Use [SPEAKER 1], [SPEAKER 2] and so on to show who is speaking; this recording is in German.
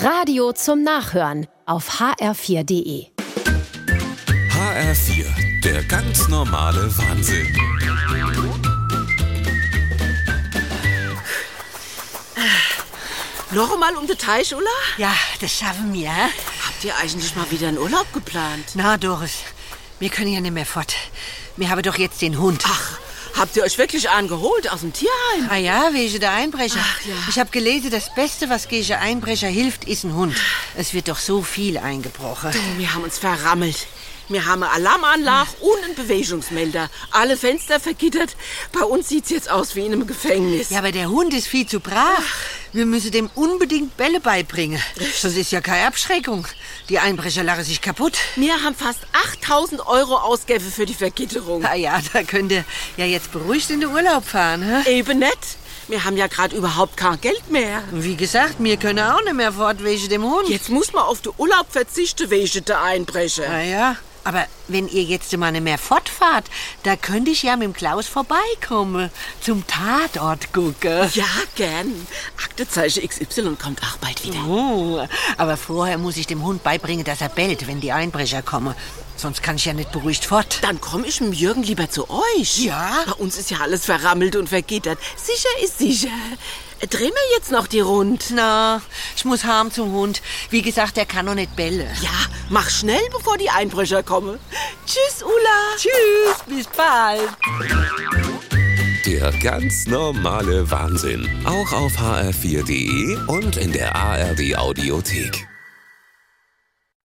[SPEAKER 1] Radio zum Nachhören auf hr4.de.
[SPEAKER 2] HR4, der ganz normale Wahnsinn.
[SPEAKER 3] Noch einmal um den Teich, Ulla?
[SPEAKER 4] Ja, das schaffen wir. hä?
[SPEAKER 3] Habt ihr eigentlich mal wieder einen Urlaub geplant?
[SPEAKER 4] Na, Doris, wir können ja nicht mehr fort. Wir haben doch jetzt den Hund.
[SPEAKER 3] Ach, habt ihr euch wirklich angeholt aus dem Tierheim?
[SPEAKER 4] Ah ja, welche der Einbrecher.
[SPEAKER 3] Ach ja.
[SPEAKER 4] Ich habe gelesen, das Beste, was gegen Einbrecher hilft, ist ein Hund. Es wird doch so viel eingebrochen.
[SPEAKER 3] Wir haben uns verrammelt. Wir haben eine Alarmanlage und einen Bewegungsmelder. Alle Fenster vergittert. Bei uns sieht's jetzt aus wie in einem Gefängnis.
[SPEAKER 4] Ja, aber der Hund ist viel zu brav. Wir müssen dem unbedingt Bälle beibringen. Das ist ja keine Abschreckung. Die Einbrecher lachen sich kaputt.
[SPEAKER 3] Wir haben fast 8000 Euro Ausgabe für die Vergitterung.
[SPEAKER 4] Ah ja, da könnt ihr ja jetzt beruhigt in den Urlaub fahren. Hä?
[SPEAKER 3] Eben nicht. Wir haben ja gerade überhaupt kein Geld mehr.
[SPEAKER 4] Und Wie gesagt, wir können auch nicht mehr fort wegen dem Hund.
[SPEAKER 3] Jetzt muss man auf den Urlaub verzichten wegen der Einbrecher.
[SPEAKER 4] Naja, aber wenn ihr jetzt mal nicht mehr fortfahrt, da könnte ich ja mit dem Klaus vorbeikommen. Zum Tatort gucken.
[SPEAKER 3] Ja, gern. Aktezeichen XY kommt auch bald wieder.
[SPEAKER 4] Oh, aber vorher muss ich dem Hund beibringen, dass er bellt, wenn die Einbrecher kommen. Sonst kann ich ja nicht beruhigt fort.
[SPEAKER 3] Dann komme ich mit dem Jürgen lieber zu euch.
[SPEAKER 4] Ja?
[SPEAKER 3] Bei uns ist ja alles verrammelt und vergittert. Sicher ist sicher. Drehen wir jetzt noch die Rund.
[SPEAKER 4] Na, ich muss harm zum Hund. Wie gesagt, der kann noch nicht bellen.
[SPEAKER 3] Ja, mach schnell, bevor die Einbrecher kommen. Tschüss, Ulla.
[SPEAKER 4] Tschüss, bis bald.
[SPEAKER 2] Der ganz normale Wahnsinn. Auch auf hr4.de und in der ARD Audiothek.